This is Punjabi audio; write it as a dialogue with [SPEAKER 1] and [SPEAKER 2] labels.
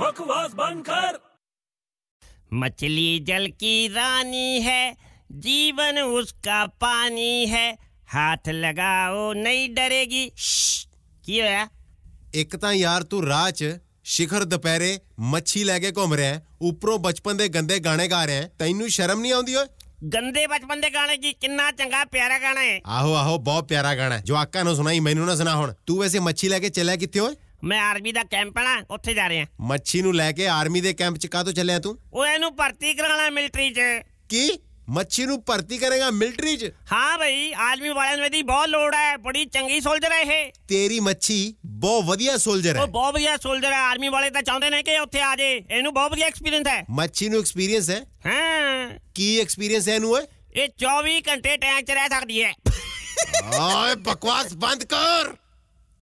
[SPEAKER 1] बकवास बंद कर
[SPEAKER 2] मछली जल की रानी है जीवन उसका पानी है हाथ लगाओ नहीं डरेगी श्श्श, ਕੀ ਹੋਇਆ
[SPEAKER 3] ਇੱਕ ਤਾਂ ਯਾਰ ਤੂੰ ਰਾਹ 'ਚ ਸ਼ਿਖਰ ਦੁਪਹਿਰੇ ਮੱਛੀ ਲੈ ਕੇ ਘੁੰਮ ਰਿਹਾ ਹੈ ਉੱਪਰੋਂ ਬਚਪਨ ਦੇ ਗੰਦੇ ਗਾਣੇ ਗਾ ਰਿਹਾ ਹੈ ਤੈਨੂੰ ਸ਼ਰਮ ਨਹੀਂ ਆਉਂਦੀ ਓਏ
[SPEAKER 2] ਗੰਦੇ ਬਚਪਨ ਦੇ ਗਾਣੇ ਕੀ ਕਿੰਨਾ ਚੰਗਾ ਪਿਆਰਾ ਗਾਣਾ ਹੈ
[SPEAKER 3] ਆਹੋ ਆਹੋ ਬਹੁਤ ਪਿਆਰਾ ਗਾਣਾ ਹੈ ਜੋ ਆਕਾ ਨੂੰ ਸੁਣਾਈ ਮੈਨੂੰ ਨਾ ਸੁਣਾ ਹੁਣ ਤੂੰ ਵੈਸੇ ਮੱਛੀ ਲੈ ਕੇ ਚੱਲਿਆ ਕਿੱਥੇ ਓਏ
[SPEAKER 2] ਮੈਂ ਆਰਮੀ ਦਾ ਕੈਂਪ ਨਾ ਉੱਥੇ ਜਾ ਰਿਹਾ
[SPEAKER 3] ਮੱਛੀ ਨੂੰ ਲੈ ਕੇ ਆਰਮੀ ਦੇ ਕੈਂਪ 'ਚ ਕਾਹਤੋਂ ਚੱਲਿਆ ਤੂੰ
[SPEAKER 2] ਉਹ ਇਹਨੂੰ ਭਰਤੀ ਕਰਾਉਣਾ ਮਿਲਟਰੀ 'ਚ
[SPEAKER 3] ਕੀ ਮੱਛੀ ਨੂੰ ਭਰਤੀ ਕਰੇਗਾ ਮਿਲਟਰੀ 'ਚ
[SPEAKER 2] ਹਾਂ ਭਈ ਆਰਮੀ ਵਾਲਿਆਂ ਨੂੰ ਇਹਦੀ ਬਹੁਤ ਲੋੜ ਹੈ ਬੜੀ ਚੰਗੀ ਸੋਲਜਰ ਹੈ ਇਹ
[SPEAKER 3] ਤੇਰੀ ਮੱਛੀ ਬਹੁਤ ਵਧੀਆ ਸੋਲਜਰ ਹੈ
[SPEAKER 2] ਉਹ ਬਹੁਤ ਵਧੀਆ ਸੋਲਜਰ ਹੈ ਆਰਮੀ ਵਾਲੇ ਤਾਂ ਚਾਹੁੰਦੇ ਨੇ ਕਿ ਇਹ ਉੱਥੇ ਆ ਜੇ ਇਹਨੂੰ ਬਹੁਤ ਵਧੀਆ ਐਕਸਪੀਰੀਅੰਸ ਹੈ
[SPEAKER 3] ਮੱਛੀ ਨੂੰ ਐਕਸਪੀਰੀਅੰਸ ਹੈ
[SPEAKER 2] ਹਾਂ
[SPEAKER 3] ਕੀ ਐਕਸਪੀਰੀਅੰਸ ਹੈ ਇਹਨੂੰ ਓਏ
[SPEAKER 2] ਇਹ 24 ਘੰਟੇ ਟੈਂਕ 'ਚ ਰਹਿ ਸਕਦੀ ਹੈ
[SPEAKER 3] ਓਏ ਬਕਵਾਸ ਬੰਦ ਕਰ